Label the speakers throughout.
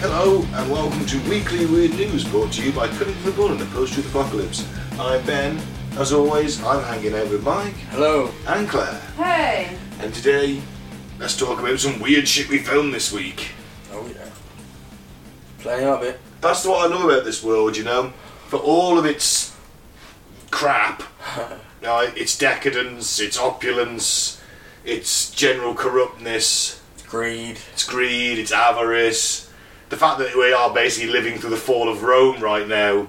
Speaker 1: Hello and welcome to Weekly Weird News brought to you by Cutting for the Bull and the Post Truth Apocalypse. I'm Ben. As always, I'm hanging out with Mike
Speaker 2: Hello.
Speaker 1: and Claire.
Speaker 3: Hey,
Speaker 1: And today, let's talk about some weird shit we filmed this week.
Speaker 2: Oh yeah. Playing up it.
Speaker 1: That's what I love about this world, you know? For all of its crap, now, its decadence, its opulence, its general corruptness,
Speaker 2: Greed.
Speaker 1: its greed, its avarice, the fact that we are basically living through the fall of Rome right now.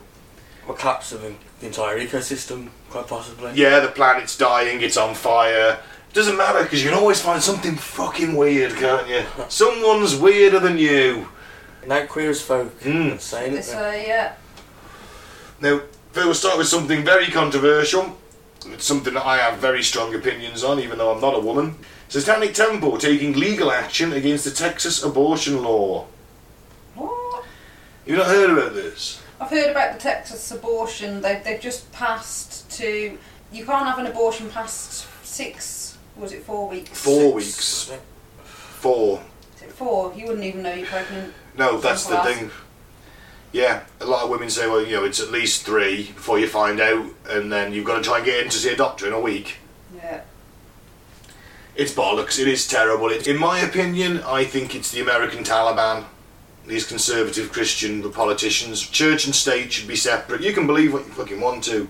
Speaker 2: A collapse of the the entire ecosystem, quite possibly.
Speaker 1: yeah, the planet's dying, it's on fire. Doesn't matter because you can always find something fucking weird, can't you? Someone's weirder than you.
Speaker 2: Now queer as folk.
Speaker 1: Mm.
Speaker 2: That's Saying it.
Speaker 3: it's uh, yeah.
Speaker 1: Now, Phil, we'll start with something very controversial. It's something that I have very strong opinions on, even though I'm not a woman. Satanic Temple taking legal action against the Texas abortion law.
Speaker 3: What?
Speaker 1: You've not heard about this?
Speaker 3: I've heard about the Texas abortion. They've they've just passed to you can't have an abortion past six. Was it four weeks?
Speaker 1: Four
Speaker 2: Six,
Speaker 1: weeks.
Speaker 2: wasn't
Speaker 1: Four.
Speaker 3: Is it four? You wouldn't even know you're pregnant.
Speaker 1: No, that's the
Speaker 3: Simple as.
Speaker 1: thing. Yeah, a lot of women say, well, you know, it's at least three before you find out, and then you've got to try and get in to see a doctor in a week.
Speaker 3: Yeah.
Speaker 1: It's bollocks. It is terrible. It, in my opinion, I think it's the American Taliban. These conservative Christian politicians, church and state should be separate. You can believe what you fucking want to,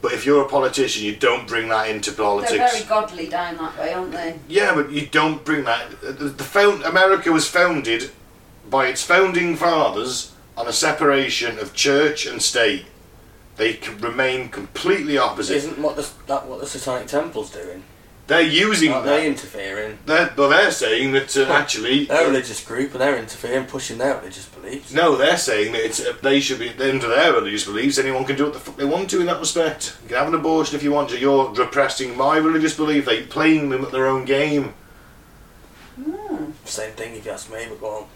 Speaker 1: but if you're a politician, you don't bring that into politics.
Speaker 3: They're very godly down that way, aren't they?
Speaker 1: Yeah, but you don't bring that. The, the found, America was founded by its founding fathers on a separation of church and state. They c- remain completely
Speaker 2: it?
Speaker 1: opposite.
Speaker 2: Isn't what the, that what the Satanic Temple's doing?
Speaker 1: They're using
Speaker 2: Aren't they
Speaker 1: that.
Speaker 2: interfering?
Speaker 1: They're, well, they're saying that uh, actually.
Speaker 2: They're a religious group and they're interfering, pushing their religious beliefs.
Speaker 1: No, they're saying that it's, uh, they should be under their religious beliefs. Anyone can do what the fuck they want to in that respect. You can have an abortion if you want to. You're repressing my religious belief. They playing them at their own game.
Speaker 2: Same thing if you ask me, but go on.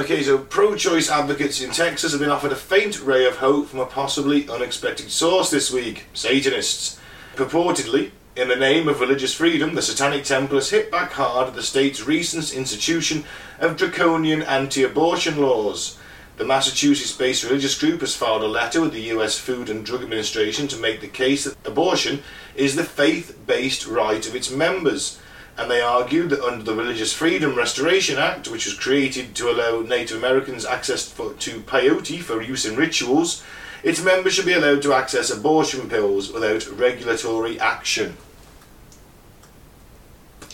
Speaker 1: Okay, so pro choice advocates in Texas have been offered a faint ray of hope from a possibly unexpected source this week Satanists. Purportedly, in the name of religious freedom, the Satanic Temple has hit back hard at the state's recent institution of draconian anti abortion laws. The Massachusetts based religious group has filed a letter with the US Food and Drug Administration to make the case that abortion is the faith based right of its members and they argued that under the Religious Freedom Restoration Act, which was created to allow Native Americans access for, to peyote for use in rituals, its members should be allowed to access abortion pills without regulatory action.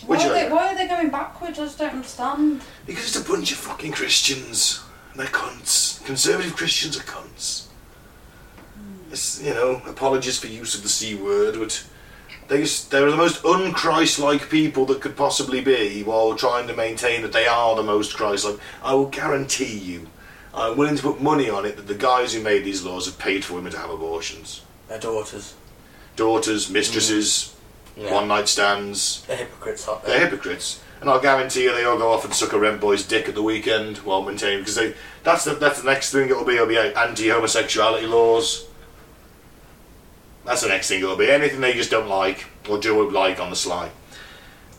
Speaker 1: Which
Speaker 3: why, are
Speaker 1: I-
Speaker 3: they, why are they going backwards? I just don't understand.
Speaker 1: Because it's a bunch of fucking Christians. And they're cunts. Conservative Christians are cunts. It's, you know, apologies for use of the C word, but they, s- they're the most un Christ like people that could possibly be while trying to maintain that they are the most Christ like. I will guarantee you, I'm willing to put money on it that the guys who made these laws have paid for women to have abortions.
Speaker 2: Their daughters.
Speaker 1: Daughters, mistresses,
Speaker 2: Yeah.
Speaker 1: one night stands,
Speaker 2: They're hypocrites, aren't
Speaker 1: they're
Speaker 2: they?
Speaker 1: hypocrites, and I'll guarantee you they all go off and suck a rent boy's dick at the weekend while maintaining because they that's the that's the next thing it'll be. It'll be like anti-homosexuality laws. That's the next thing it'll be. Anything they just don't like or do like on the sly.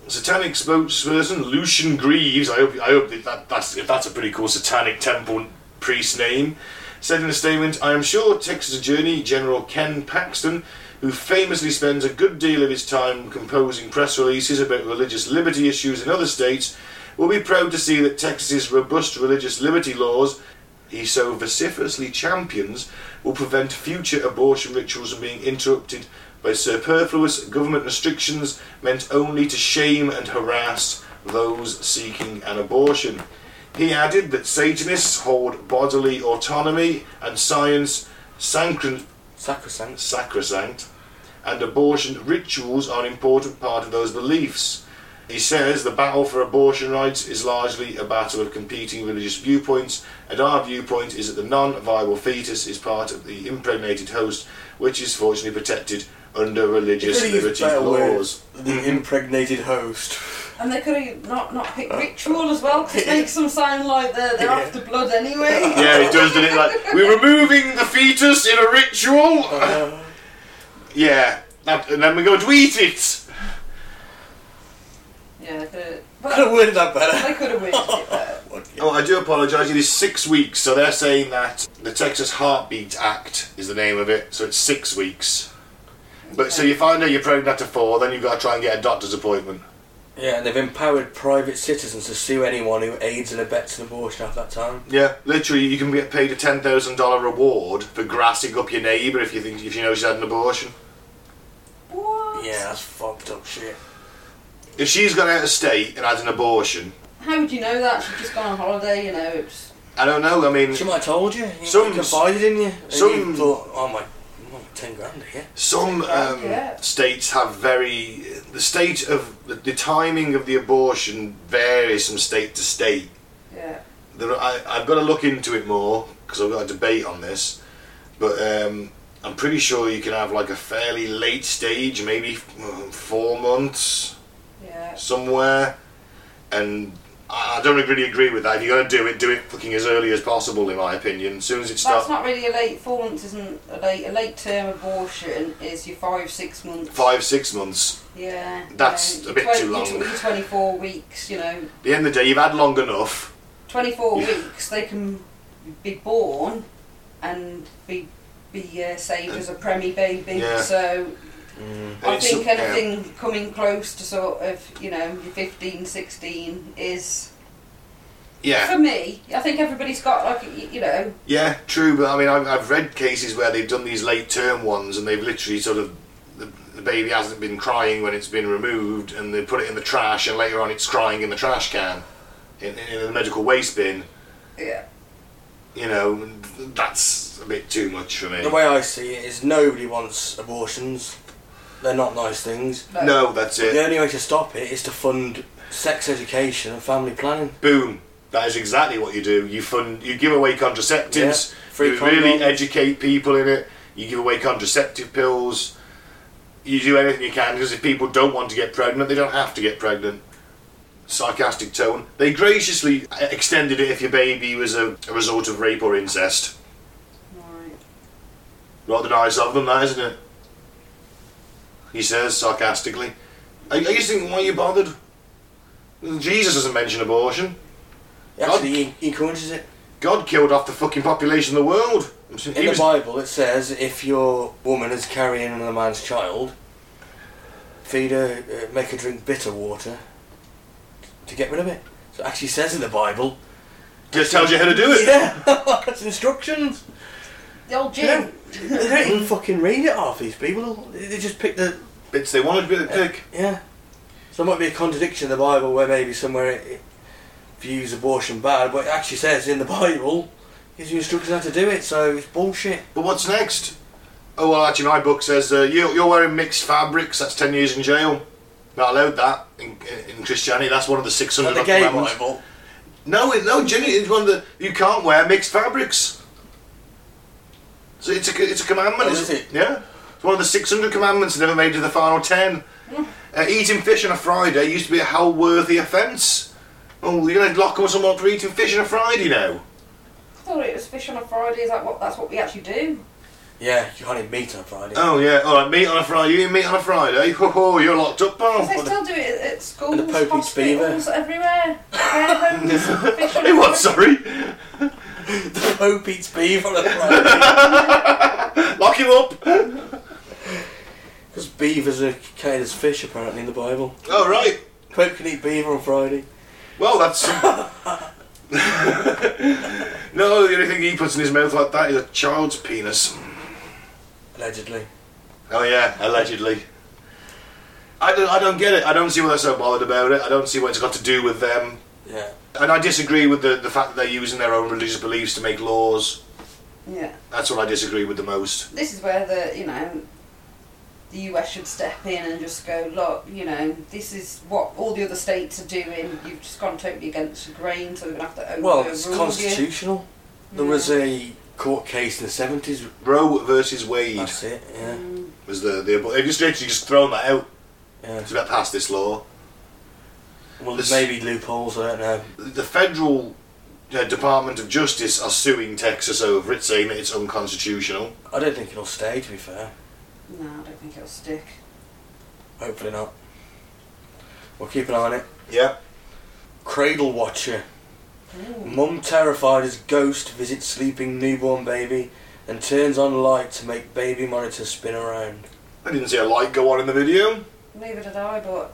Speaker 1: Satanic spokesperson Lucian Greaves. I hope I hope that, that that's if that's a pretty cool satanic temple priest name. Said in a statement, I am sure Texas Attorney General Ken Paxton, who famously spends a good deal of his time composing press releases about religious liberty issues in other states, will be proud to see that Texas's robust religious liberty laws he so vociferously champions will prevent future abortion rituals from being interrupted by superfluous government restrictions meant only to shame and harass those seeking an abortion. He added that Satanists hold bodily autonomy and science sancrin-
Speaker 2: Sacrosanct.
Speaker 1: sacrosanct, and abortion rituals are an important part of those beliefs. He says the battle for abortion rights is largely a battle of competing religious viewpoints, and our viewpoint is that the non viable fetus is part of the impregnated host, which is fortunately protected under religious
Speaker 2: Could've used
Speaker 1: liberty
Speaker 2: better
Speaker 1: laws.
Speaker 2: words. The impregnated host.
Speaker 3: And they could have not not
Speaker 1: Uh,
Speaker 3: picked ritual as well because it makes them sound like they're, they're
Speaker 2: Yeah.
Speaker 3: after blood anyway.
Speaker 1: Yeah, it does, doesn't it? Like, we're removing the fetus in a ritual!
Speaker 2: Uh,
Speaker 1: yeah, that, and then we're going to eat it!
Speaker 3: Yeah, they could have.
Speaker 2: could have
Speaker 3: But
Speaker 2: worded that better.
Speaker 3: they could have wished it better.
Speaker 1: Oh, I do apologise. It is six weeks, so they're saying that the Texas Heartbeat Act is the name of it. So it's six weeks. But so you find out you're pregnant after four, then you've got to try and get a doctor's appointment.
Speaker 2: Yeah, and they've empowered private citizens to sue anyone who aids and abets an abortion at that time.
Speaker 1: Yeah, literally, you can get paid a ten thousand dollar reward for grassing up your neighbour if you think if you know she's had an abortion.
Speaker 3: What?
Speaker 2: Yeah, that's fucked up shit.
Speaker 1: If she's gone out of state and had an abortion,
Speaker 3: How would you know that? She'd just gone on holiday, you know. It's,
Speaker 1: I don't know. I mean,
Speaker 2: She might have told you. you
Speaker 1: Some-
Speaker 2: some confided in you. And
Speaker 1: some-
Speaker 2: you thought, oh my, oh, ten grand here.
Speaker 1: Some um,
Speaker 3: Yeah.
Speaker 1: states have very the state of the, the timing of the abortion varies from state to state.
Speaker 3: yeah.
Speaker 1: There, are- I, I've got to look into it more because I've got a debate on this, but um, I'm pretty sure you can have like a fairly late stage, maybe mm, four months
Speaker 3: Yeah.
Speaker 1: somewhere, and I I don't really agree with that. If you're going to do it, do it fucking as early as possible, in my opinion. As soon as it
Speaker 3: That's
Speaker 1: starts,
Speaker 3: not really a late. Four months isn't a late. A late term abortion is your five, six months.
Speaker 1: five six months.
Speaker 3: Yeah.
Speaker 1: That's
Speaker 3: you know,
Speaker 1: a bit
Speaker 3: twen-
Speaker 1: too long.
Speaker 3: you tw- you 24 weeks, you know.
Speaker 1: At the end of the day, you've had long enough.
Speaker 3: 24
Speaker 1: Yeah.
Speaker 3: weeks, they can be born and be be uh, saved as a preemie baby.
Speaker 1: Yeah.
Speaker 3: So
Speaker 1: and
Speaker 3: I
Speaker 1: it's-
Speaker 3: think
Speaker 1: yeah.
Speaker 3: anything coming close to sort of, you know, your 15, 16 is,
Speaker 1: Yeah.
Speaker 3: for me, I think everybody's got, like, y- you know,
Speaker 1: Yeah, true, but I mean, I've, I've read cases where they've done these late term ones and they've literally sort of. The, the baby hasn't been crying when it's been removed and they put it in the trash and later on it's crying in the trash can, in, in the medical waste bin.
Speaker 3: yeah.
Speaker 1: You know, that's a bit too much for me.
Speaker 2: The way I see it is nobody wants abortions. They're not nice things.
Speaker 1: No, that's
Speaker 2: The
Speaker 1: it.
Speaker 2: only way to stop it is to fund sex education and family planning.
Speaker 1: Boom. That is exactly what you do. You fund, you give away contraceptives.
Speaker 2: Yeah, free
Speaker 1: you really
Speaker 2: condoms.
Speaker 1: educate people in it. You give away contraceptive pills. You do anything you can because if people don't want to get pregnant, they don't have to get pregnant. Sarcastic tone. They graciously extended it if your baby was a, a result of rape or incest.
Speaker 3: Right.
Speaker 1: Rather nice of them, that, isn't it? He says sarcastically. I, I just think, why are you bothered? Jesus doesn't mention abortion.
Speaker 2: Actually, he, he encourages it.
Speaker 1: God killed off the fucking population of the world.
Speaker 2: In
Speaker 1: He
Speaker 2: the
Speaker 1: was-
Speaker 2: Bible, it says if your woman is carrying another man's child, feed her, uh, make her drink bitter water to get rid of it. So it actually says in the Bible.
Speaker 1: just tells you how to do it.
Speaker 2: Yeah, that's instructions.
Speaker 3: The old gym.
Speaker 2: Yeah. They don't even fucking read it, half these people. They they just pick the.
Speaker 1: bits they wanted to pick.
Speaker 2: Yeah. So there might be a contradiction in the Bible where maybe somewhere it, it views abortion bad, but it actually says in the Bible gives you instructions how to do it, so it's bullshit.
Speaker 1: But what's next? Oh well, actually, my book says uh, you, you're wearing mixed fabrics. That's ten years in jail. Not allowed that in, in, in Christianity. That's one of the six
Speaker 2: Like
Speaker 1: hundred
Speaker 2: the gay Bible.
Speaker 1: No, it- no, Jenny, it's one of the you can't wear mixed fabrics. So it's a it's a commandment.
Speaker 2: Oh,
Speaker 1: it's-
Speaker 2: is it?
Speaker 1: Yeah, it's one of the six hundred commandments. Never made it to the final ten. Uh, eating fish on a Friday used to be a hell worthy offence. Oh, you're gonna lock up someone up for eating fish on a Friday now?
Speaker 3: I thought it was fish on a Friday. Is that what? That's what we actually do.
Speaker 2: Yeah, you can't even meet on Friday.
Speaker 1: Oh yeah, all right. Meat on a Friday. You eat meat on a Friday. Ho ho! You're locked up, pal.
Speaker 3: They still do it at schools,
Speaker 2: Oh, And the Pope eats beaver.
Speaker 3: hospitals, everywhere. Care homes, fish on a
Speaker 1: Hey, what?
Speaker 3: Friday.
Speaker 1: Sorry.
Speaker 2: The Pope eats beef on a Friday.
Speaker 1: Lock him up.
Speaker 2: Because beavers are counted as fish apparently in the Bible.
Speaker 1: All right.
Speaker 2: Pope can eat beaver on Friday.
Speaker 1: Well, that's. no, the only thing he puts in his mouth like that is a child's penis.
Speaker 2: Allegedly.
Speaker 1: Oh yeah, allegedly. I don't. I don't get it. I don't see why they're so bothered about it. I don't see what it's got to do with them.
Speaker 2: Yeah.
Speaker 1: And I disagree with the, the fact that they're using their own religious beliefs to make laws.
Speaker 3: Yeah.
Speaker 1: That's what I disagree with the most.
Speaker 3: this is where the you know the US should step in and just go look you know this is what all the other states are doing you've just gone totally against the grain so we're gonna have to
Speaker 2: Well, it's
Speaker 3: overrule you
Speaker 2: constitutional. There was a court case in the seventies.
Speaker 1: Roe versus Wade
Speaker 2: That's it. Yeah.
Speaker 3: Mm.
Speaker 1: was the the. They've just literally just thrown that out.
Speaker 2: Yeah.
Speaker 1: It's about past this law.
Speaker 2: Well,
Speaker 1: This-
Speaker 2: there's maybe loopholes. I don't know.
Speaker 1: the federal uh, Department of Justice are suing Texas over it, saying that it's unconstitutional.
Speaker 2: I don't think it'll stay. To be fair,
Speaker 3: no I don't think it'll stick
Speaker 2: hopefully not. We'll keep an eye on it.
Speaker 1: Yeah.
Speaker 2: Cradle Watcher.
Speaker 3: Ooh.
Speaker 2: Mum terrified as ghost visits sleeping newborn baby and turns on light to make baby monitor spin around.
Speaker 1: I didn't see a light go on in the video.
Speaker 3: Neither did I, but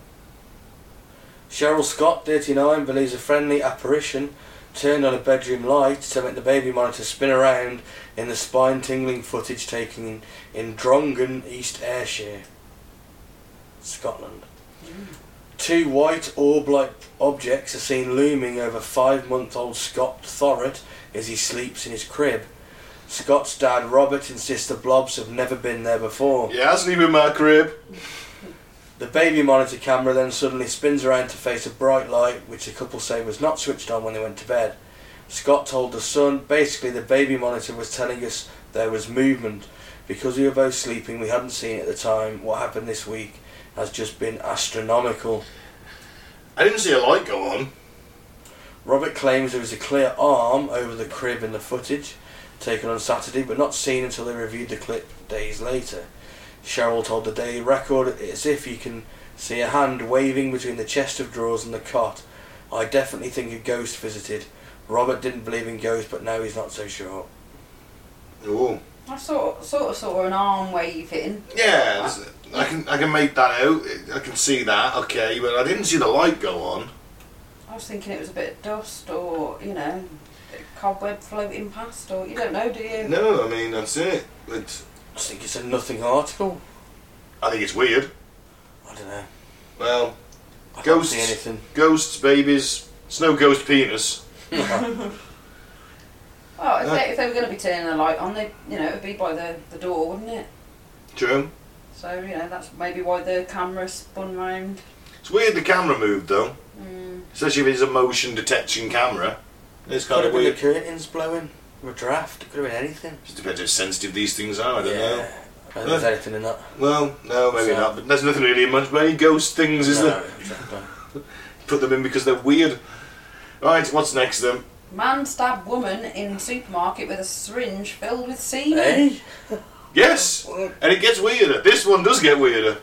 Speaker 2: Cheryl Scott, 39, believes a friendly apparition turned on a bedroom light to make the baby monitor spin around in the spine tingling footage taken in, in Drongan, East Ayrshire, Scotland. Two white orb like objects are seen looming over five month old Scott Thorrett as he sleeps in his crib. Scott's dad, Robert, insists the blobs have never been there before.
Speaker 1: Yeah, hasn't even my crib.
Speaker 2: The baby monitor camera then suddenly spins around to face a bright light, which the couple say was not switched on when they went to bed. Scott told the Sun, basically the baby monitor was telling us there was movement. Because we were both sleeping, we hadn't seen it at the time. What happened this week has just been astronomical.
Speaker 1: I didn't see a light go on.
Speaker 2: Robert claims there was a clear arm over the crib in the footage taken on Saturday, but not seen until they reviewed the clip days later. Cheryl told the Daily Record, "It's if you can see a hand waving between the chest of drawers and the cot. I definitely think a ghost visited. Robert didn't believe in ghosts, but now he's not so sure."
Speaker 1: Ooh.
Speaker 3: I sort sort of saw an arm waving.
Speaker 1: Yeah, that's- I can I can make that out. I can see that. Okay, but I didn't see the light go on.
Speaker 3: I was thinking it was a bit of dust or you know, a bit of cobweb floating past or you don't know, do you?
Speaker 1: No, I mean that's it. It's,
Speaker 2: I just think it's a nothing article.
Speaker 1: I think it's weird.
Speaker 2: I don't know.
Speaker 1: Well,
Speaker 2: I
Speaker 1: Ghosts.
Speaker 2: can't see anything.
Speaker 1: ghosts, babies. It's no ghost penis.
Speaker 3: Well, if,
Speaker 1: No.
Speaker 3: they, if they were going to be turning the light on, they you know it'd be by the, the door, wouldn't it?
Speaker 1: True.
Speaker 3: So you know that's maybe why the camera spun round.
Speaker 1: It's weird the camera moved though,
Speaker 3: Mm.
Speaker 1: especially if it's a motion detection camera. It's
Speaker 2: Could
Speaker 1: kind
Speaker 2: have
Speaker 1: of
Speaker 2: been the
Speaker 1: weird.
Speaker 2: curtains blowing. Or a draft. It could have been anything.
Speaker 1: Just depends how sensitive these things are. I don't know.
Speaker 2: I don't think there's anything in that.
Speaker 1: Well, no, maybe
Speaker 2: So-
Speaker 1: not. But there's nothing really much many ghost things, is
Speaker 2: No,
Speaker 1: there?
Speaker 2: exactly.
Speaker 1: Put them in because they're weird. Right, what's next then?
Speaker 3: Man stabbed woman in supermarket with a syringe filled with semen.
Speaker 2: Hey?
Speaker 1: Yes, and it gets weirder. This one does get weirder.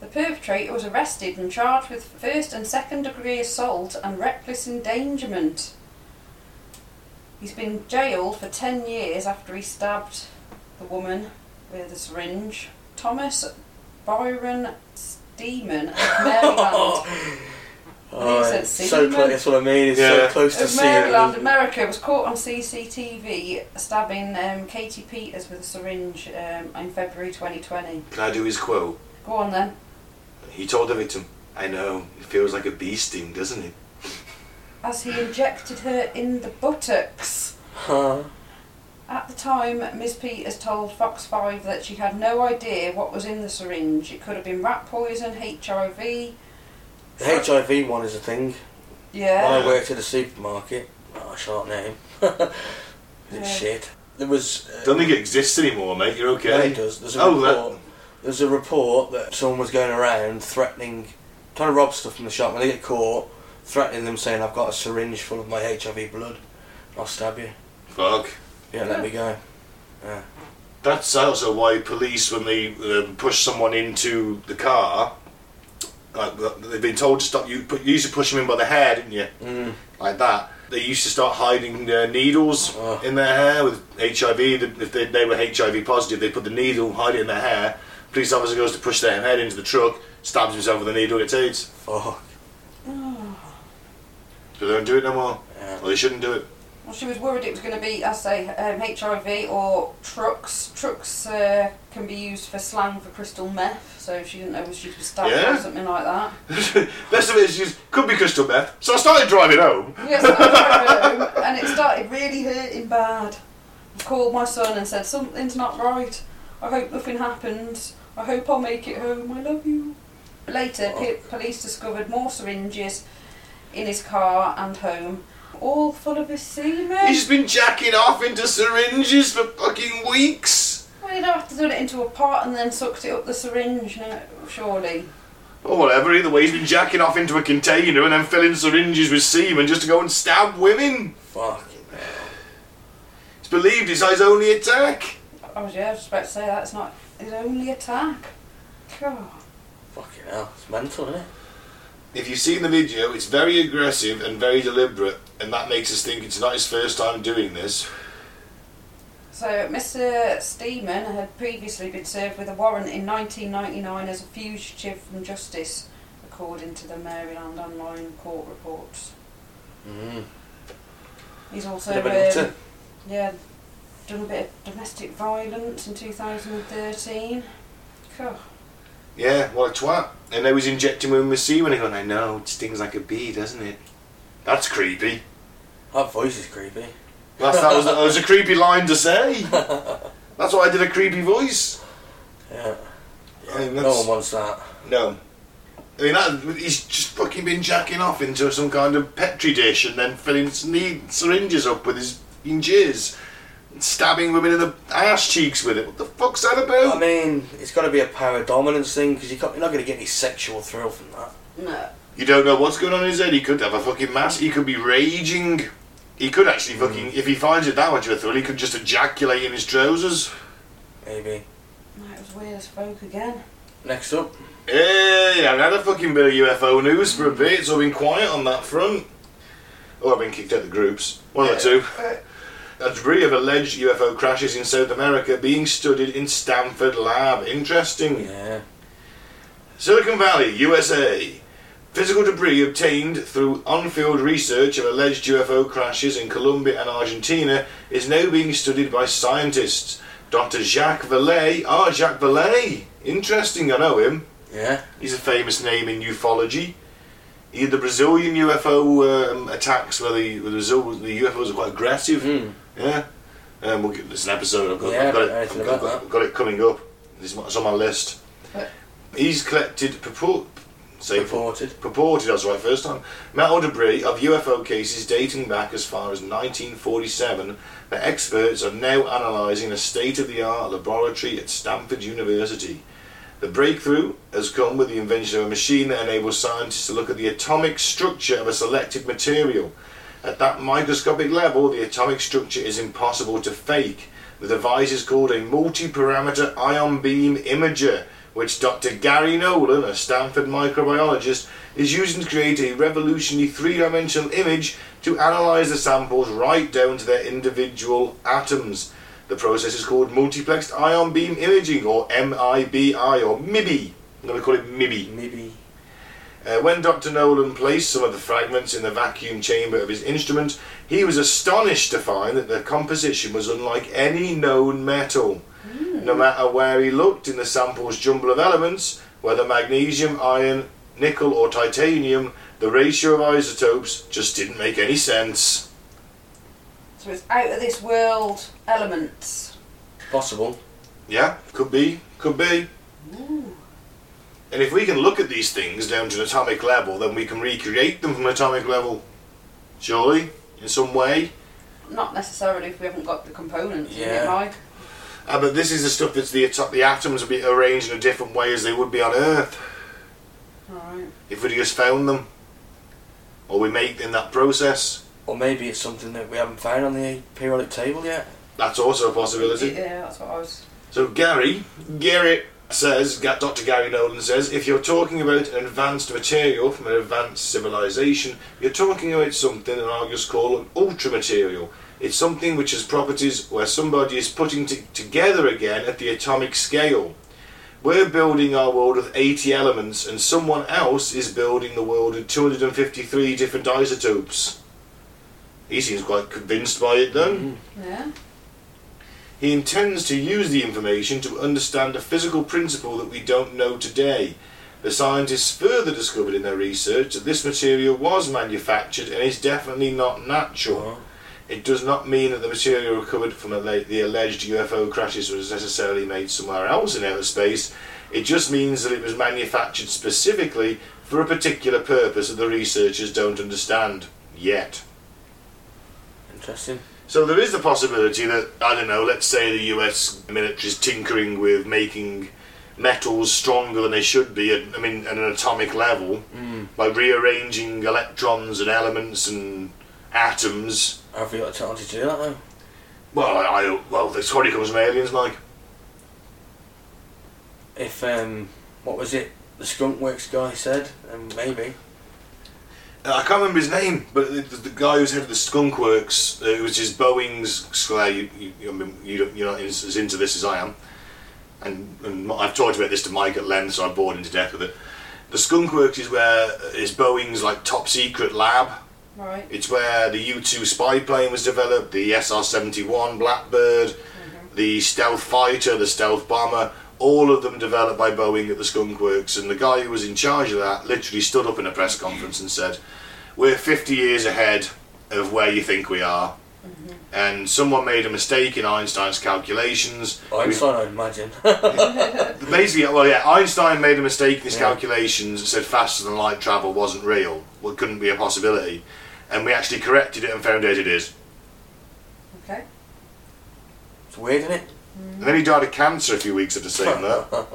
Speaker 3: The perpetrator was arrested and charged with first and second degree assault and reckless endangerment. He's been jailed for 10 years after he stabbed the woman with a syringe. Thomas Byron Steeman of Maryland.
Speaker 2: Oh,
Speaker 3: said
Speaker 2: it's so
Speaker 3: Seaman.
Speaker 2: close. That's what I mean. It's so
Speaker 1: Yeah.
Speaker 2: close to
Speaker 3: of
Speaker 2: seeing. it,
Speaker 3: Maryland,
Speaker 2: isn't it?
Speaker 3: America, was caught on CCTV stabbing um, Katie Peters with a syringe um, in February 2020.
Speaker 1: Can I do his quote?
Speaker 3: Go on then.
Speaker 1: He told the victim, I know, it feels like a bee sting, doesn't it?
Speaker 3: As he injected her in the buttocks.
Speaker 2: Huh.
Speaker 3: At the time, Ms. Peters told Fox 5 that she had no idea what was in the syringe. It could have been rat poison, HIV.
Speaker 2: The HIV one is a thing. When
Speaker 3: Yeah.
Speaker 2: I worked at a supermarket, oh, I shan't name.
Speaker 3: Yeah.
Speaker 2: It's shit. There was. Uh,
Speaker 1: Don't think it exists anymore, mate, you're
Speaker 2: yeah,
Speaker 1: okay.
Speaker 2: it does. There's a
Speaker 1: Oh, that-
Speaker 2: report. There's a report that someone was going around threatening, trying to rob stuff from the shop. When they get caught, threatening them, saying, "I've got a syringe full of my HIV blood. I'll stab you.
Speaker 1: Fuck.
Speaker 2: Yeah, let me go."
Speaker 1: That's also why police, when they um, push someone into the car, like they've been told to stop. You, put, you used to push them in by the hair, didn't you?
Speaker 2: Mm.
Speaker 1: Like that. They used to start hiding their needles
Speaker 2: Oh.
Speaker 1: in their hair with HIV. The- If they, they were HIV positive, they put the needle, hide it in their hair. Police officer goes to push their head into the truck, stabs himself with a needle, gets AIDS.
Speaker 2: Fuck.
Speaker 1: So they don't do it no more.
Speaker 2: Yeah.
Speaker 1: Well, they shouldn't do it.
Speaker 3: Well, she was worried it was going to be, I say, um, HIV or trucks. Trucks uh, can be used for slang for crystal meth, so she didn't know whether she was stabbed or
Speaker 1: Yeah.
Speaker 3: something like that.
Speaker 1: Best of it is, she's- could be crystal meth. So I started driving home.
Speaker 3: Yes, I know. and it started really hurting bad. I called my son and said, Something's not right. I hope nothing happens. I hope I'll make it home. I love you. Later, p- police discovered more syringes in his car and home, all full of his semen.
Speaker 1: He's been jacking off into syringes for fucking weeks.
Speaker 3: Well, you'd have to do it into a pot and then sucked it up the syringe, no, surely.
Speaker 1: Or whatever, either way, he's been jacking off into a container and then filling syringes with semen just to go and stab women.
Speaker 2: Fuck.
Speaker 1: It's believed it's his only attack.
Speaker 3: I was, yeah, I was just about to say that. It's not his only attack. God.
Speaker 2: Fucking hell. It's mental, isn't it?
Speaker 1: If you've seen the video, it's very aggressive and very deliberate. and that makes us think it's not his first time doing this.
Speaker 3: So, Mr. Steeman had previously been served with a warrant in 1999 as a fugitive from justice, according to the Maryland Online Court reports.
Speaker 2: Mm.
Speaker 3: He's also
Speaker 2: Never got
Speaker 3: um,
Speaker 2: it.
Speaker 3: yeah, done a bit of domestic violence in 2013. Cool.
Speaker 1: Yeah, what a twat. And they was injecting him with semen and going, I know, it stings like a bee, doesn't it? That's creepy.
Speaker 2: That voice is creepy.
Speaker 1: That's, that, was, that was a creepy line to say. That's why I did a creepy voice.
Speaker 2: Yeah.
Speaker 1: I mean,
Speaker 2: no
Speaker 1: that's-
Speaker 2: one wants that.
Speaker 1: No. I mean, that, he's just fucking been jacking off into some kind of petri dish and then filling sne- syringes up with his fucking jizz. and Stabbing women in the ass cheeks with it. What the fuck's that about?
Speaker 2: I mean, it's got to be a power dominance thing because you can't- you're not going to get any sexual thrill from that.
Speaker 3: No.
Speaker 1: You don't know what's going on in his head. He could have a fucking mass. He could be raging. He could actually fucking, if he finds it that much of a thrill, he could just ejaculate in his trousers.
Speaker 2: Maybe.
Speaker 3: no, it was weird as folk again.
Speaker 2: Next up,
Speaker 1: Hey, I've had a fucking bit of UFO news for a bit, so I've been quiet on that front. Or I've been kicked out of the groups. One of the two. A debris of alleged UFO crashes in South America being studied in Stanford lab. Interesting.
Speaker 2: yeah,
Speaker 1: Silicon Valley, USA. Physical debris obtained through on field research of alleged UFO crashes in Colombia and Argentina is now being studied by scientists. Dr. Jacques Vallée. Ah, Jacques Vallée. Interesting, I know him.
Speaker 2: yeah.
Speaker 1: He's a famous name in ufology. He had the Brazilian UFO um, attacks where the, where the, Brazil, the UFOs are quite aggressive.
Speaker 2: Mm.
Speaker 1: Yeah. Um, we'll get, there's an episode. I've got,
Speaker 2: Yeah,
Speaker 1: I've got, it,
Speaker 2: I forgot
Speaker 1: I've got,
Speaker 2: that.
Speaker 1: I've got it coming up. It's on- it's on my list.
Speaker 3: Right.
Speaker 1: He's collected purport. Say,
Speaker 2: Reported.
Speaker 1: purported, I was right first time. Metal debris of UFO cases dating back as far as 1947 that experts are now analysing in a state of the art laboratory at Stanford University. The breakthrough has come with the invention of a machine that enables scientists to look at the atomic structure of a selected material. At that microscopic level, the atomic structure is impossible to fake. The device is called a multi parameter ion beam imager, which Dr. Gary Nolan, a Stanford microbiologist, is using to create a revolutionary three dimensional image to analyze the samples right down to their individual atoms. The process is called multiplexed ion beam imaging, or MIBI, or MIBI. I'm going to call it MIBI.
Speaker 2: Maybe.
Speaker 1: Uh, when Dr. Nolan placed some of the fragments in the vacuum chamber of his instrument, he was astonished to find that their composition was unlike any known metal. No matter where he looked in the sample's jumble of elements, whether magnesium, iron, nickel, or titanium, the ratio of isotopes just didn't make any sense.
Speaker 3: So it's out of this world elements.
Speaker 2: Possible.
Speaker 1: Yeah, could be, could be. And if we can look at these things down to an atomic level, then we can recreate them from an atomic level. Surely, in some way.
Speaker 3: Not necessarily if we haven't got the components in
Speaker 2: Yeah.
Speaker 3: it, Mike.
Speaker 1: Ah, but this is the stuff that's the ato- the atoms would be arranged in a different way as they would be on Earth
Speaker 3: Alright.
Speaker 1: if we'd just found them, or we make in that process.
Speaker 2: Or maybe it's something that we haven't found on the periodic table yet.
Speaker 1: That's also a possibility.
Speaker 3: Yeah, that's what I was.
Speaker 1: So Gary, Gary says, Ga- Dr. Gary Nolan says, if you're talking about an advanced material from an advanced civilization, you're talking about something that I'll just call an ultra material. It's something which has properties where somebody is putting t- together again at the atomic scale. We're building our world with 80 elements, and someone else is building the world with 253 different isotopes. He seems quite convinced by it, though.
Speaker 3: Yeah.
Speaker 1: He intends to use the information to understand a physical principle that we don't know today. The scientists further discovered in their research that this material was manufactured and is definitely not natural.
Speaker 2: Oh,
Speaker 1: It does not mean that the material recovered from alle- the alleged UFO crashes was necessarily made somewhere else in outer space. It just means that it was manufactured specifically for a particular purpose that the researchers don't understand yet.
Speaker 2: Interesting.
Speaker 1: So there is the possibility that I don't know. Let's say the U.S. military's tinkering with making metals stronger than they should be. At, I mean, at an atomic level, by rearranging electrons and elements and atoms.
Speaker 2: Have we got the technology to do that though?
Speaker 1: Well, I, I well, this probably comes from aliens, like
Speaker 2: If um, what was it? The skunk works guy said, um, maybe.
Speaker 1: Uh, I can't remember his name, but the, the, the guy who's head of the Skunk Works, uh, which is Boeing's Claire, you, you, you, I mean, you, don't- you're not as, as into this as I am, and, and I've talked about this to Mike at length, so I'm bored him to death with it. The Skunk Works is where is Boeing's like top secret lab.
Speaker 3: Right.
Speaker 1: It's where the U-2 spy plane was developed, the SR-71 Blackbird, the stealth fighter, the stealth bomber, all of them developed by Boeing at the Skunk Works. And the guy who was in charge of that literally stood up in a press conference and said, "We're 50 years ahead of where you think we are." And someone made a mistake in Einstein's calculations.
Speaker 2: Einstein, I'd imagine.
Speaker 1: Basically, well, yeah, Einstein made a mistake in his
Speaker 2: Yeah.
Speaker 1: calculations and said faster than light travel wasn't real, well, it couldn't be a possibility. And we actually corrected it and found out it is.
Speaker 3: Okay.
Speaker 2: it's weird, isn't it?
Speaker 1: And then he died of cancer a few weeks after saying that.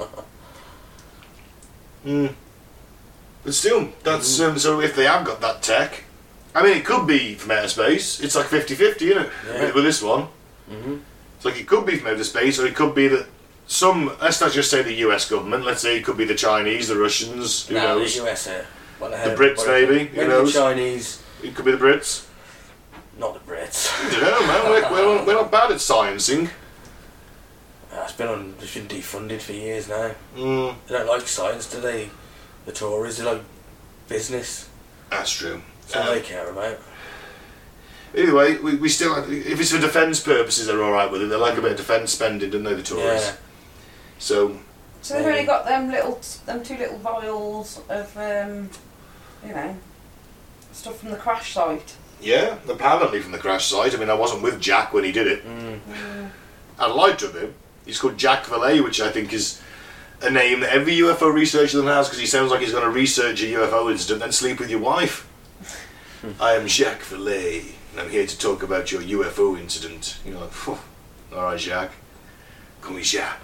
Speaker 1: Mm. But still, that's
Speaker 2: Mm.
Speaker 1: um, so if they have got that tech, I mean, it could be from outer space. It's like 50 50, isn't it?
Speaker 2: Yeah.
Speaker 1: With, with this one.
Speaker 2: Mhm.
Speaker 1: It's like it could be from outer space, or it could be that some, let's not just say the US government, let's say it could be the Chinese, the Russians, who
Speaker 2: No,
Speaker 1: knows?
Speaker 2: the US here. Well, the
Speaker 1: Brits, maybe, who
Speaker 2: Maybe the
Speaker 1: knows?
Speaker 2: Chinese,
Speaker 1: It could be the Brits.
Speaker 2: not the Brits.
Speaker 1: I don't know, man. We're, we're, not- we're not bad at sciencing.
Speaker 2: Yeah, Uh, it's been on. It's been defunded for years now.
Speaker 1: Mm,
Speaker 2: They don't like science, do they? The Tories, they like business.
Speaker 1: that's true.
Speaker 2: That's all
Speaker 1: Um,
Speaker 2: they care about.
Speaker 1: Either way, we, we still have, if it's for defence purposes, they're all right with it. They like a bit of defence spending, don't they, the Tories?
Speaker 2: Yeah.
Speaker 1: So
Speaker 3: So they've only got them little, them two little vials of, um, you know, stuff from the crash site.
Speaker 1: yeah, apparently from the crash site. I mean, I wasn't with Jack when he did it.
Speaker 2: Mm.
Speaker 1: I lied to him. He's called Jack Valet, which I think is a name that every UFO researcher then has because he sounds like he's going to research a UFO incident then sleep with your wife. I am Jacques Valet, and I'm here to talk about your UFO incident. You're like, "Phew, all right, Jacques. Call me Jacques.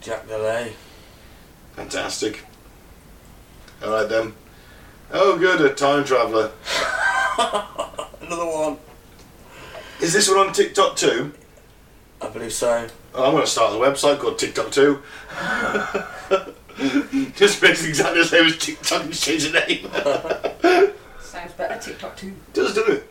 Speaker 2: Jack Delay.
Speaker 1: Fantastic. All right then. Oh, good, a time traveller.
Speaker 2: Another one.
Speaker 1: Is this one on TikTok too?
Speaker 2: I believe so.
Speaker 1: Oh, I'm going to start a website called TikTok too. Just makes it exactly the same as TikTok and change the name.
Speaker 3: Sounds better. TikTok too.
Speaker 1: Does do it?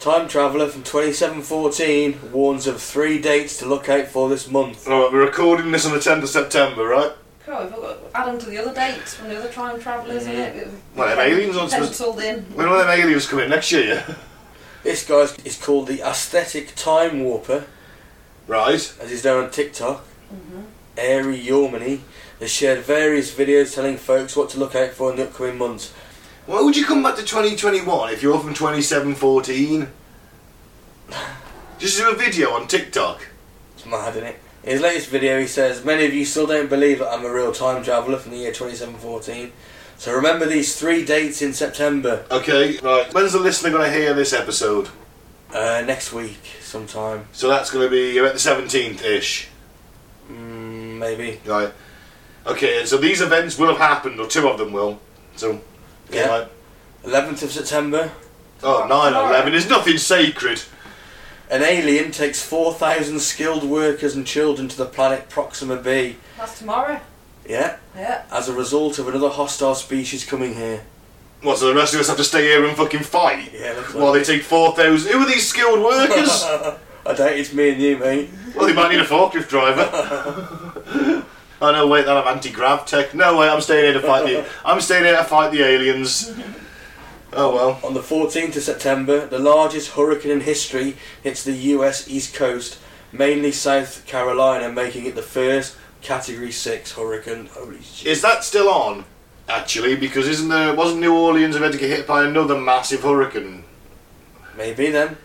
Speaker 2: Time traveller from 2714 warns of three dates to look out for this month.
Speaker 1: All right, we're recording this on the 10th of September, right?
Speaker 3: Cool. We've got add them to the other dates from the other time travellers, innit?
Speaker 2: Mm.
Speaker 3: it?
Speaker 1: Well, them aliens aren't supposed-
Speaker 3: penciled in.
Speaker 1: When will them aliens come in next year?
Speaker 2: This guy is called the Aesthetic Time Warper,
Speaker 1: Right.
Speaker 2: as he's known on TikTok. Airy Yormany has shared various videos telling folks what to look out for in the upcoming months.
Speaker 1: Why would you come back to 2021 if you're from 2714? Just do a video on TikTok.
Speaker 2: It's mad, isn't it? In his latest video, he says, Many of you still don't believe that I'm a real time traveller from the year 2714. So remember these three dates in September
Speaker 1: Okay, right. When's the listener going to hear this episode?
Speaker 2: uh, next week sometime.
Speaker 1: So that's going to be about the 17th ish.
Speaker 2: Mm, maybe.
Speaker 1: Right. Okay, and so these events will have happened, or two of them will. So, okay,
Speaker 2: Yeah.
Speaker 1: right.
Speaker 2: 11th of September,
Speaker 1: Oh, 9 or
Speaker 3: Tomorrow.
Speaker 1: 11 is nothing sacred.
Speaker 2: an alien takes 4,000 skilled workers and children to the planet Proxima b.
Speaker 3: That's tomorrow.
Speaker 2: Yeah?
Speaker 3: Yeah.
Speaker 2: As a result of another hostile species coming here.
Speaker 1: What, so the rest of us have to stay here and fucking fight?
Speaker 2: Yeah, looks like
Speaker 1: While they take 4,000. Who are these skilled workers?
Speaker 2: I doubt it's me and you, mate.
Speaker 1: well, they might need a forklift driver. oh, no, wait, that'll have anti grav tech. No, wait, I'm staying here to fight the. I'm staying here to fight the aliens. Oh, well.
Speaker 2: On the 14th of September, the largest hurricane in history hits the US East Coast, mainly South Carolina, making it the first Category 6 hurricane. Holy shit.
Speaker 1: Is that still on? Actually, because isn't there wasn't New Orleans about to get hit by another massive hurricane?
Speaker 2: Maybe then.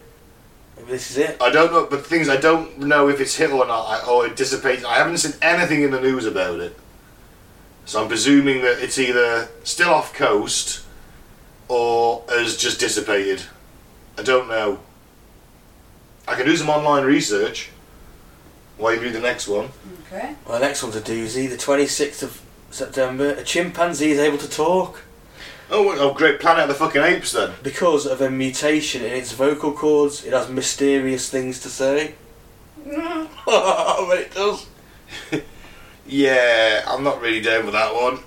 Speaker 2: Maybe this is it.
Speaker 1: I don't know, but the thing is, I don't know if it's hit or not, I, or it dissipates. I haven't seen anything in the news about it, so I'm presuming that it's either still off coast or has just dissipated. I don't know. I can do some online research while you do the next one.
Speaker 3: Okay.
Speaker 2: Well, the next one's a doozy. The 26th of September, a chimpanzee is able to talk
Speaker 1: Oh, what- oh great! Planet of the fucking apes, then.
Speaker 2: because of a mutation in its vocal cords. It has mysterious things to say.
Speaker 3: Mm.
Speaker 2: but it does.
Speaker 1: Yeah, I'm not really down with that one.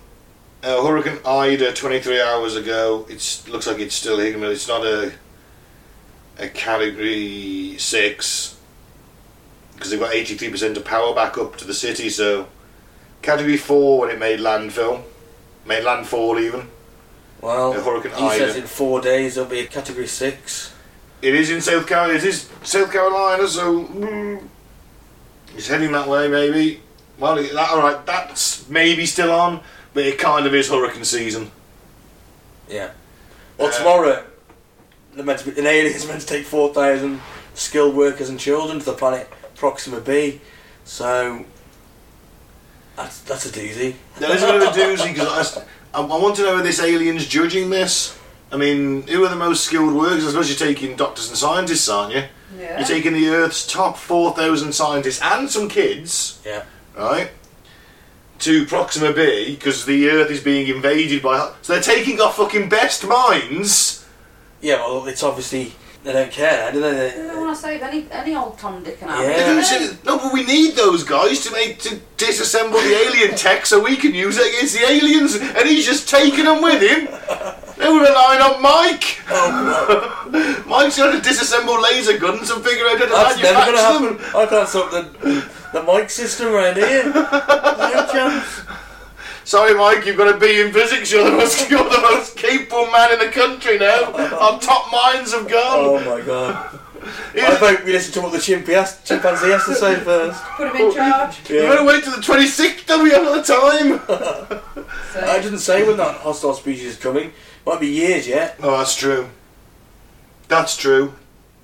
Speaker 1: Uh, Hurricane Ida, 23 hours ago. It looks like it's still hitting, but it's not a a category six because they've got 83% of power back up to the city. So category four when it made landfall, made landfall even.
Speaker 2: Well,
Speaker 1: A Hurricane
Speaker 2: he says
Speaker 1: Ida.
Speaker 2: in four days it'll be a Category 6.
Speaker 1: It is in South Carolina. It is South Carolina, so mm, it's heading that way maybe. Well, it- that, all right, that's maybe still on, but it kind of is hurricane season.
Speaker 2: Yeah. Well,
Speaker 1: Uh,
Speaker 2: tomorrow, they're meant to be, an alien is meant to take 4,000 skilled workers and children to the planet Proxima B. So, that's, that's a doozy.
Speaker 1: That is a bit of a doozy because I, I want to know if this alien's judging this. I mean, who are the most skilled workers? I suppose you're taking doctors and scientists, aren't you?
Speaker 3: Yeah.
Speaker 1: You're taking the Earth's top 4,000 scientists and some kids,
Speaker 2: Yeah.
Speaker 1: right? To Proxima B because the Earth is being invaded by. So they're taking our fucking best minds.
Speaker 2: Yeah, well, it's obviously, they don't care, do they?
Speaker 3: They
Speaker 2: They-
Speaker 3: don't want to save any any old Tom, Dick, and Harry.
Speaker 2: Yeah.
Speaker 1: They're
Speaker 3: do
Speaker 1: gonna
Speaker 3: they?
Speaker 1: say, No, but we need those guys to make to disassemble the alien tech so we can use it against the aliens, and he's just taking them with him. They were relying on Mike. Mike's going to disassemble laser guns and figure out how to
Speaker 2: That's never going to
Speaker 1: manufacture
Speaker 2: happen.
Speaker 1: them.
Speaker 2: I can't stop the, the mic system around here. No chance.
Speaker 1: Sorry, Mike, you've got to be in physics. You're the most, you're the most capable man in the country now. Our top minds have
Speaker 2: Oh
Speaker 1: gone.
Speaker 2: my god. I
Speaker 1: Here's-
Speaker 2: hope we listen to what the chimpanzee has, chimpanzee has to say first.
Speaker 3: Put him in charge.
Speaker 1: You're
Speaker 2: Yeah.
Speaker 1: going to wait till the 26th, then we have another time.
Speaker 3: So,
Speaker 2: I didn't say when that hostile species is coming. Might be years yet.
Speaker 1: Oh, that's true. That's true.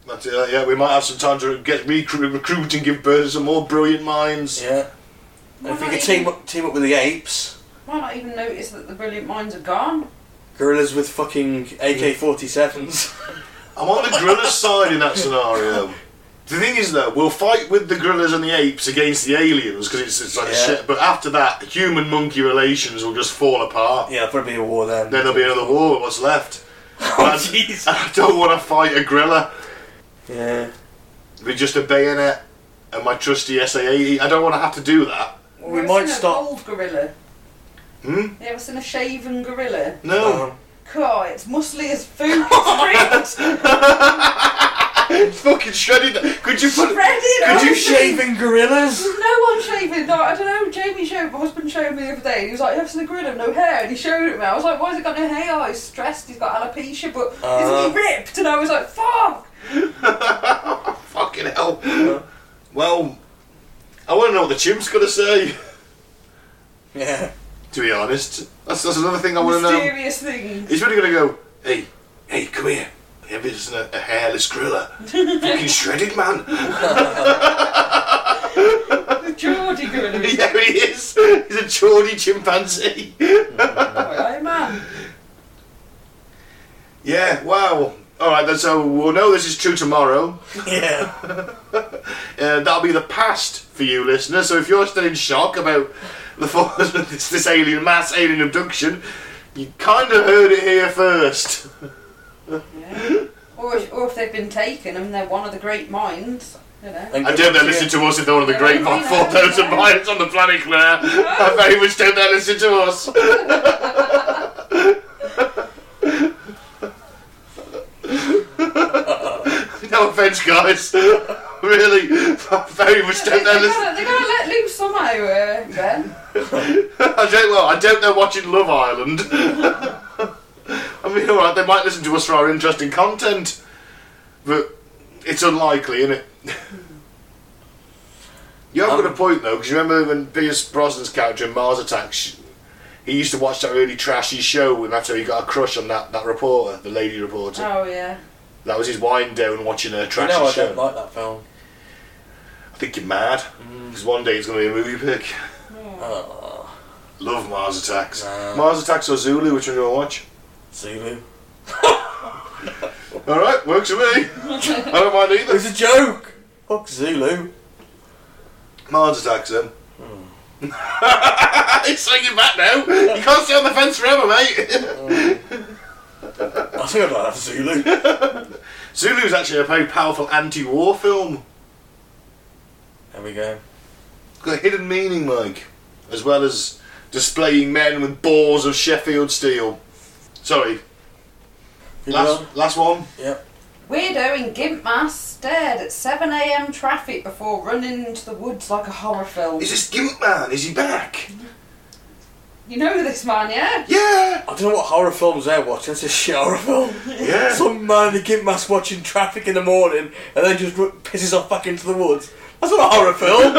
Speaker 1: That's uh, yeah. We might have some time to get recruit, recruit and give birth to some more brilliant minds.
Speaker 2: Yeah. And
Speaker 3: why,
Speaker 2: if we
Speaker 3: not
Speaker 2: could
Speaker 3: even,
Speaker 2: team up, team up with the apes,
Speaker 3: why not even notice that the brilliant minds are gone?
Speaker 2: gorillas with fucking AK 47s.
Speaker 1: I'm on the gorilla's side in that scenario. The thing is, though, we'll fight with the gorillas and the apes against the aliens because it's, it's like
Speaker 2: Yeah.
Speaker 1: shit. But after that, human monkey relations will just fall apart.
Speaker 2: yeah, probably a war then.
Speaker 1: Then there'll be another war. with What's left?
Speaker 2: Oh, jeez.
Speaker 1: And I don't want to fight a gorilla
Speaker 2: Yeah.
Speaker 1: with just a bayonet and my trusty SA-80. I don't want to have to do that.
Speaker 2: Well,
Speaker 3: Have
Speaker 2: we
Speaker 3: you ever
Speaker 2: might
Speaker 3: seen an
Speaker 2: stop.
Speaker 3: Old gorilla.
Speaker 1: Hmm?
Speaker 3: You ever seen a shaven gorilla?
Speaker 1: No.
Speaker 2: Oh. Um,
Speaker 3: God, it's muscly as food. It's ripped.
Speaker 1: It's fucking shredded. Could you put?
Speaker 3: Shredded,
Speaker 1: Could you
Speaker 3: honestly.
Speaker 1: shave?
Speaker 2: Shaving gorillas?
Speaker 3: There's no one shaving. No, I don't know. Jamie showed my husband showed me the other day. And he was like, "You ever seen a gorilla with no hair?" And he showed it to me. I was like, "Why has it got no hair?" Oh, he's stressed. He's got alopecia, but
Speaker 2: Ah.
Speaker 1: Uh.
Speaker 3: isn't he ripped? And I was like, "Fuck."
Speaker 1: Fucking hell. Well, I want to know what the chimp's gonna say.
Speaker 2: Yeah.
Speaker 1: To be honest, that's that's another thing I want to know.
Speaker 3: Mysterious things.
Speaker 1: He's really gonna go. Hey, hey, come here. Have you seen a, a hairless gorilla? Fucking shredded man.
Speaker 3: The Geordie gorilla. is
Speaker 1: yeah, he is. He's a chordy chimpanzee.
Speaker 3: Alright, eh, man.
Speaker 1: yeah. Wow. All right. Then, so we'll know this is true tomorrow.
Speaker 2: Yeah.
Speaker 1: Uh, that'll be the past for you, listener. So if you're still in shock about the fall- this, this alien mass alien abduction, you kind of heard it here first.
Speaker 3: Yeah. Or, if, or if they've been taken and they're one of the great minds, you know.
Speaker 2: And
Speaker 1: I doubt they listen to us if they're one of the great
Speaker 3: Yeah, I know,
Speaker 1: 4,000
Speaker 3: yeah.
Speaker 1: minds on the planet, Claire. I very much doubt they listen to us. no offence, guys. really, I very much
Speaker 3: They-
Speaker 1: doubt
Speaker 3: They're
Speaker 1: they listen.
Speaker 3: gonna, they're gonna let loose somehow, uh, Ben.
Speaker 1: I don't know. I don't know. Watching Love Island. I mean, all right, they might listen to us for our interesting content, but it's unlikely, isn't it? you have
Speaker 2: Um,
Speaker 1: got a point though, because remember when Pierce Brosnan's character in Mars Attacks, he used to watch that really trashy show, and that's how he got a crush on that, that reporter, the lady reporter.
Speaker 3: Oh yeah.
Speaker 1: That was his wind down watching a
Speaker 2: You
Speaker 1: trashy
Speaker 2: know I
Speaker 1: show.
Speaker 2: don't like that film.
Speaker 1: I think you're mad, because one day it's going to be a movie pick.
Speaker 2: Oh,
Speaker 1: Love Mars Attacks.
Speaker 2: Nah.
Speaker 1: Mars Attacks or Zulu, which one do you want to watch?
Speaker 2: Zulu.
Speaker 1: All right, works for me. I don't mind
Speaker 2: It was
Speaker 1: either.
Speaker 2: a joke! Fuck Zulu.
Speaker 1: Mars attacks him. it's Hmm. swinging back now. You can't stay on the fence forever, mate.
Speaker 2: I think I'd like to have Zulu.
Speaker 1: Zulu's actually a very powerful anti-war film.
Speaker 2: There we go.
Speaker 1: It's got a hidden meaning, Mike, as well as displaying men with bores of Sheffield steel. Sorry,
Speaker 2: You
Speaker 1: last, last one.
Speaker 2: Yep.
Speaker 3: Weirdo in gimp mask stared at 7am traffic before running into the woods like a horror film.
Speaker 1: Is this Gimp Man? Is he back?
Speaker 3: You know this man, yeah?
Speaker 1: Yeah!
Speaker 2: I don't know what horror films they're watching. It's a shit horror film.
Speaker 1: Yeah.
Speaker 2: Some man in a gimp mask watching traffic in the morning and then just r- pisses off back into the woods. That's not a horror film.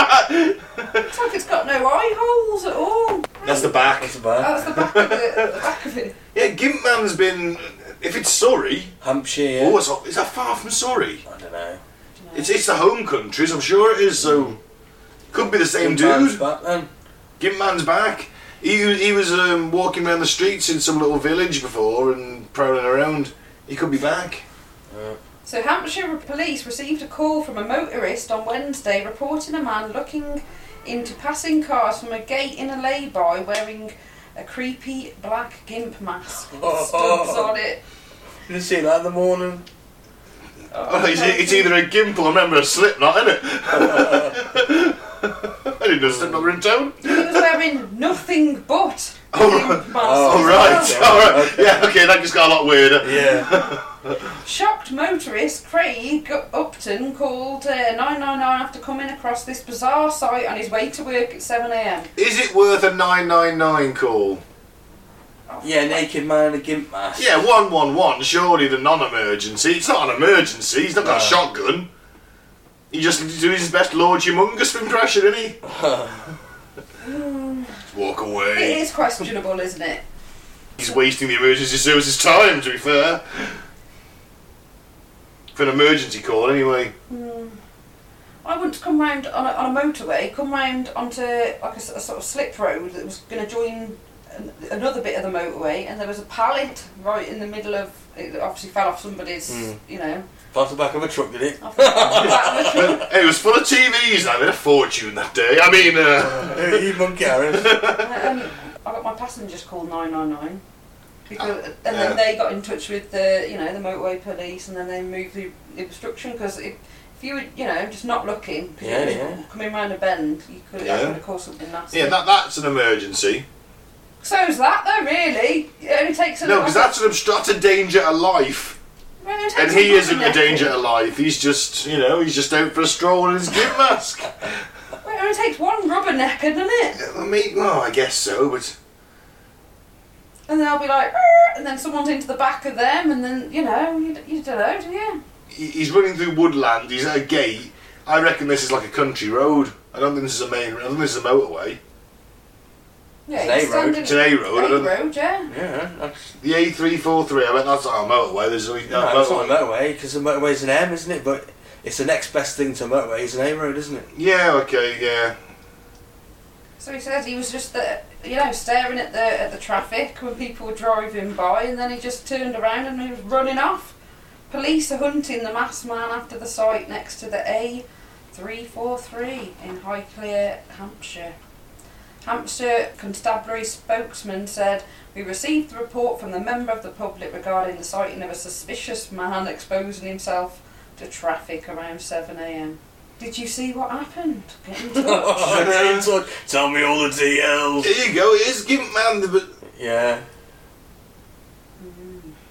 Speaker 3: Looks like it's got no eye holes at all.
Speaker 1: That's the back.
Speaker 2: That's bad.
Speaker 3: That's the back of it. The back of it.
Speaker 1: Yeah, Gimp Man's been. If it's Surrey,
Speaker 2: Hampshire. yeah.
Speaker 1: oh, it's, is that far from Surrey?
Speaker 2: I don't know.
Speaker 1: It's it's the home countries, I'm sure it is. So could be the same
Speaker 2: Gimp man's
Speaker 1: dude.
Speaker 2: back then.
Speaker 1: Gimp Man's back. He was- he was um, walking around the streets in some little village before and prowling around. He could be back.
Speaker 3: So Hampshire Police received a call from a motorist on Wednesday reporting a man looking into passing cars from a gate in a lay-by wearing a creepy black gimp mask with studs on it.
Speaker 2: Didn't see that in the morning.
Speaker 1: Oh, it's, it's either a Gimp or a member of Slipknot, isn't it? I didn't know Slipknot were in town.
Speaker 3: He was wearing nothing but a gimp mask.
Speaker 1: All
Speaker 2: Oh,
Speaker 1: right,
Speaker 2: okay.
Speaker 1: all right. Yeah, okay, that just got a lot weirder.
Speaker 2: Yeah.
Speaker 3: Shocked motorist Craig Upton called uh, 999 after coming across this bizarre sight on his way to work at 7am.
Speaker 1: Is it worth a 999 call?
Speaker 2: yeah, naked man in a gimp mask.
Speaker 1: Yeah, 111, surely the non emergency. It's not an emergency, he's not got a
Speaker 2: No.
Speaker 1: shotgun. He just doing his best Lord Humongous impression, isn't he? Just Walk
Speaker 3: It
Speaker 1: away.
Speaker 3: is questionable, isn't it?
Speaker 1: He's wasting the emergency service's time, to be fair. For an emergency call, anyway.
Speaker 3: Hmm. I wouldn't come round on a, on a motorway, come round onto like a, s- a sort of slip road that was going to join an, another bit of the motorway, and there was a pallet right in the middle of. It obviously fell off somebody's,
Speaker 2: Mm.
Speaker 3: you know.
Speaker 2: Off the back of a truck, did it?
Speaker 3: off the back of a truck.
Speaker 1: Hey, it was full of TVs, and I made a fortune that day. I mean, uh,
Speaker 2: Hey, monkey Aaron.
Speaker 3: Um, I got my passengers called 999. Because,
Speaker 1: Ah,
Speaker 3: and
Speaker 1: yeah.
Speaker 3: then they got in touch with the, you know, the motorway police, and then they moved the obstruction because if, if you were, you know, just not looking, 'cause
Speaker 2: Yeah,
Speaker 3: you were
Speaker 2: yeah.
Speaker 3: coming round a bend, you could
Speaker 1: Yeah.
Speaker 3: have caused something nasty.
Speaker 1: yeah, that, that's an emergency.
Speaker 3: So's that though, really. It only takes a
Speaker 1: No, because that's, an obst- that's a danger to life.
Speaker 3: Well, it
Speaker 1: And
Speaker 3: takes
Speaker 1: he
Speaker 3: lot
Speaker 1: isn't
Speaker 3: of
Speaker 1: a
Speaker 3: effort.
Speaker 1: danger to life. He's just, you know, he's just out for a stroll in his gimp mask.
Speaker 3: Well, it only takes one rubber necker, doesn't it?
Speaker 1: I mean, well, I guess so, but
Speaker 3: And they'll be like, "Arr," and then someone's into the back of them, and then you know, you, d- you don't know, do you?
Speaker 1: he- he's running through woodland. He's at a gate. I reckon this is like a country road. I don't think this is a main. I don't think this is a motorway.
Speaker 3: Yeah,
Speaker 2: It's an A road.
Speaker 3: you stand in-
Speaker 1: It's an A road, I
Speaker 3: A
Speaker 1: don't-
Speaker 3: road, yeah.
Speaker 2: Yeah, that's,
Speaker 1: The A three four three. I went. That's not a motorway. There's only no,
Speaker 2: no, it's not a
Speaker 1: motorway.
Speaker 2: motorway because the motorway's an M, isn't it? But it's the next best thing to a motorway. It's an A road, isn't it?
Speaker 1: Yeah. Okay. Yeah.
Speaker 3: So he said he was just the, you know staring at the at the traffic when people were driving by, and then he just turned around and he was running off. Police are hunting the masked man after the site next to the A343 in Highclere, Hampshire. Hampshire Constabulary spokesman said, We received the report from the member of the public regarding the sighting of a suspicious man exposing himself to traffic around 7am. Did you see what happened? Get in touch.
Speaker 2: Get in touch. Tell me all the details.
Speaker 1: There you go. It is gimp man. The, but
Speaker 2: Yeah.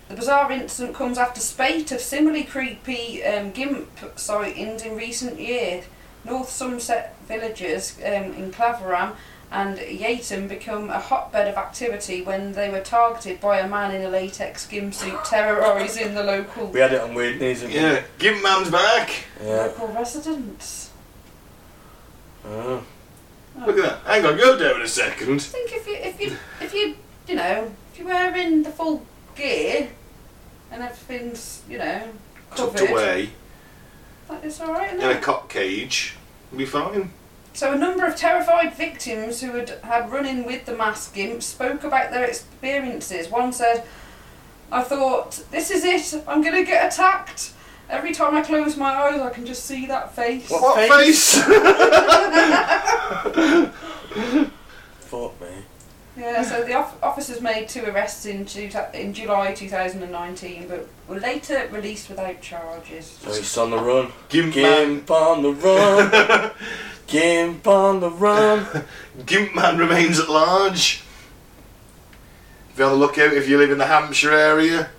Speaker 3: The bizarre incident comes after spate of similarly creepy um, gimp sightings in recent years. North Somerset villagers um, in Claverham and Yaton become a hotbed of activity when they were targeted by a man in a latex gimp suit terrorising the local
Speaker 2: We had it on Weird News. didn't we?
Speaker 1: yeah, gimp man's back.
Speaker 2: Yeah.
Speaker 3: local residents.
Speaker 2: Oh.
Speaker 1: Look at that. Hang on. Go down in a second.
Speaker 3: I think if you if you if you you know if you're wearing the full gear and everything's you know
Speaker 1: Tucked
Speaker 3: covered,
Speaker 1: away
Speaker 3: that is all right. isn't
Speaker 1: in
Speaker 3: it?
Speaker 1: a cock cage. We'll be fine.
Speaker 3: So a number of terrified victims who had, had run in with the mask gimp spoke about their experiences. One said, I thought, this is it, I'm going to get attacked. Every time I close my eyes, I can just see that face.
Speaker 2: What
Speaker 1: What face?
Speaker 2: Fuck me.
Speaker 3: Yeah, so the off- officers made two arrests in, two in July 2019, but were later released without charges.
Speaker 2: So he's on the run.
Speaker 1: Gimp Man,
Speaker 2: Gimp on the run. Gimp on the run.
Speaker 1: Gimp Man remains at large. Be on the lookout if you live in the Hampshire area.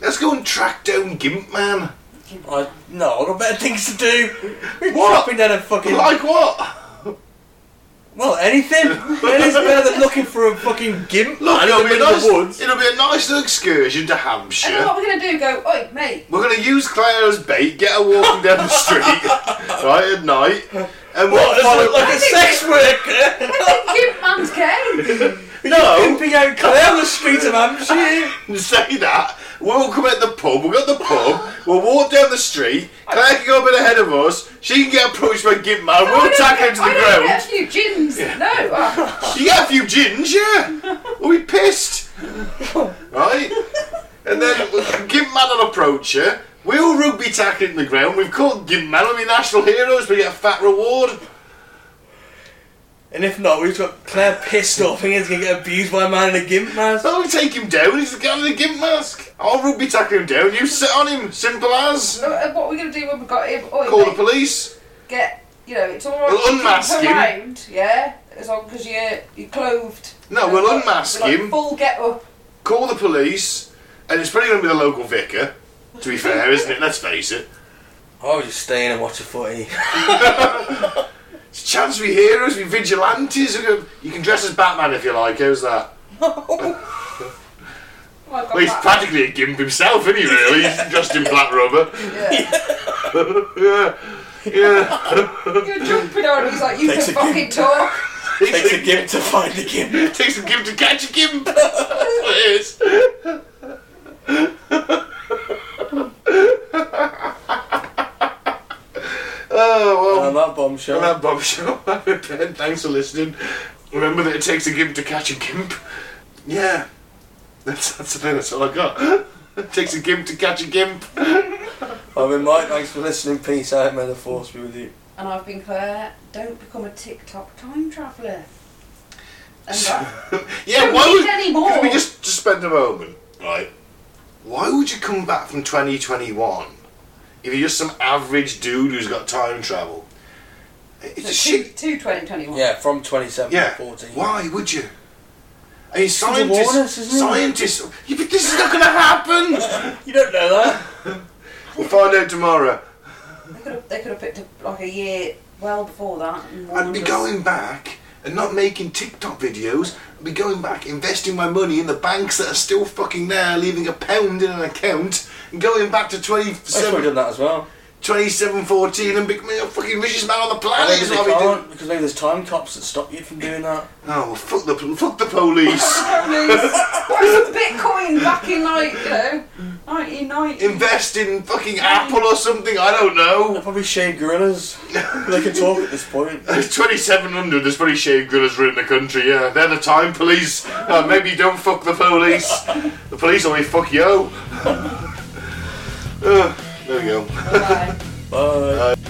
Speaker 1: Let's go and track down Gimp Man.
Speaker 2: I, no, I've got better things to do. We're
Speaker 1: What?
Speaker 2: dropping down a fucking.
Speaker 1: Like what?
Speaker 2: Well, anything. Anything's better than looking for a fucking gimp
Speaker 1: Look,
Speaker 2: man in
Speaker 1: it'll,
Speaker 2: the
Speaker 1: be a
Speaker 2: middle of
Speaker 1: nice,
Speaker 2: the woods.
Speaker 1: it'll be a nice little excursion to
Speaker 3: And then
Speaker 1: Hampshire.
Speaker 3: what we're going to do, go, oi, mate,
Speaker 1: We're going to use Claire as bait, get her walking down the street, right, at night. And we'll
Speaker 2: What? Does it
Speaker 1: follow-
Speaker 2: look like a sex worker?
Speaker 3: give man's cave.
Speaker 1: No,
Speaker 2: Pimping out Claire on the streets of Hampshire.
Speaker 1: say that. We'll come at the pub. We'll go to the pub. We'll walk down the street. Claire can go a bit ahead of us. She can get approached by Gimp Man.
Speaker 3: I
Speaker 1: We'll
Speaker 3: don't
Speaker 1: tackle
Speaker 3: get-
Speaker 1: him to the
Speaker 3: I don't get a
Speaker 1: ground.
Speaker 3: few gins. No. Oh,
Speaker 1: You get a few gins, yeah. We'll be pissed. Right? And then Gimp Man will approach her. We'll rugby tackle him to the ground. We've caught Gimp Man. We'll be national heroes. We get a fat reward.
Speaker 2: And if not, we've got Claire pissed off thinking he's gonna get abused by a man in a gimp mask.
Speaker 1: So we take him down. He's the guy with the Gimp Mask. I'll rugby tackle him down. You sit on him. Simple as.
Speaker 3: so, uh, what are we going to do when we've got him? Oi,
Speaker 1: Call the
Speaker 3: mate,
Speaker 1: police.
Speaker 3: get, you know, it's all right.
Speaker 1: We'll
Speaker 3: to keep
Speaker 1: unmask him.
Speaker 3: around, yeah, as long as you're, you're clothed.
Speaker 1: No,
Speaker 3: We've
Speaker 1: we'll
Speaker 3: got-
Speaker 1: unmask
Speaker 3: like,
Speaker 1: him.
Speaker 3: Full Oh, get up.
Speaker 1: call the police, and it's probably going to be the local vicar. To be fair, isn't it? Let's face it.
Speaker 2: I was just staying and watch a footy.
Speaker 1: It's a chance we heroes, we vigilantes. we go- You can dress as Batman if you like. How's that?
Speaker 3: Oh, I've got
Speaker 1: Well, he's
Speaker 3: that.
Speaker 1: practically a gimp himself, isn't he? Really, he's dressed in black rubber.
Speaker 3: Yeah.
Speaker 1: yeah, yeah.
Speaker 3: You're jumping on. He's like, you
Speaker 2: Takes
Speaker 3: can
Speaker 2: a
Speaker 3: fucking talk.
Speaker 2: Takes a gimp to find a gimp.
Speaker 1: It takes a gimp to catch a gimp. That's what it is. oh well.
Speaker 2: And that bombshell.
Speaker 1: On that bombshell, I'm in bed. Thanks for listening. Remember that it takes a gimp to catch a gimp. Yeah, that's that's the thing. That's all I got. It takes a gimp to catch a gimp.
Speaker 2: I've been Mike, thanks for listening. Peace out, may the force be with you.
Speaker 3: And I've been Claire. Don't become a TikTok time traveller. And that,
Speaker 1: Yeah,
Speaker 3: Don't
Speaker 1: why
Speaker 3: need
Speaker 1: would
Speaker 3: any more.
Speaker 1: Can we just just spend a moment, right? Why would you come back from 2021 if you're just some average dude who's got time travel? It's a
Speaker 3: two,
Speaker 1: shit.
Speaker 3: two 2021.
Speaker 2: Yeah, from 27
Speaker 1: Yeah.
Speaker 2: to 14.
Speaker 1: Why would you? I mean,
Speaker 2: to warn
Speaker 1: scientists.
Speaker 2: us, isn't it?
Speaker 1: scientists. Yeah, but this is not going to happen.
Speaker 2: You don't know that.
Speaker 1: We'll find out tomorrow.
Speaker 3: They could have, they could have picked up like a year well before that. And
Speaker 1: I'd
Speaker 3: warned
Speaker 1: be
Speaker 3: us.
Speaker 1: going back and not making TikTok videos. I'd be going back, investing my money in the banks that are still fucking there, leaving a pound in an account, and going back to
Speaker 2: I should have
Speaker 1: 27,
Speaker 2: done that as well.
Speaker 1: 2714 and becoming the fucking richest man on the
Speaker 2: Well,
Speaker 1: planet.
Speaker 2: maybe
Speaker 1: Is
Speaker 2: they
Speaker 1: what I'd be doing.
Speaker 2: can't, because maybe there's time cops that stop you from doing that.
Speaker 1: Oh, well, fuck the, fuck the police.
Speaker 3: Buy some Bitcoin back in like, you know, 1990.
Speaker 1: Invest in fucking Apple or something, I don't
Speaker 2: They'll
Speaker 1: know.
Speaker 2: probably shave gorillas. they can talk at this point.
Speaker 1: 2700, there's probably shaved gorillas running the country, yeah. They're the time police. Uh, maybe don't fuck the police. The police only fuck you. Uh, there we go.
Speaker 3: Bye.
Speaker 2: Bye.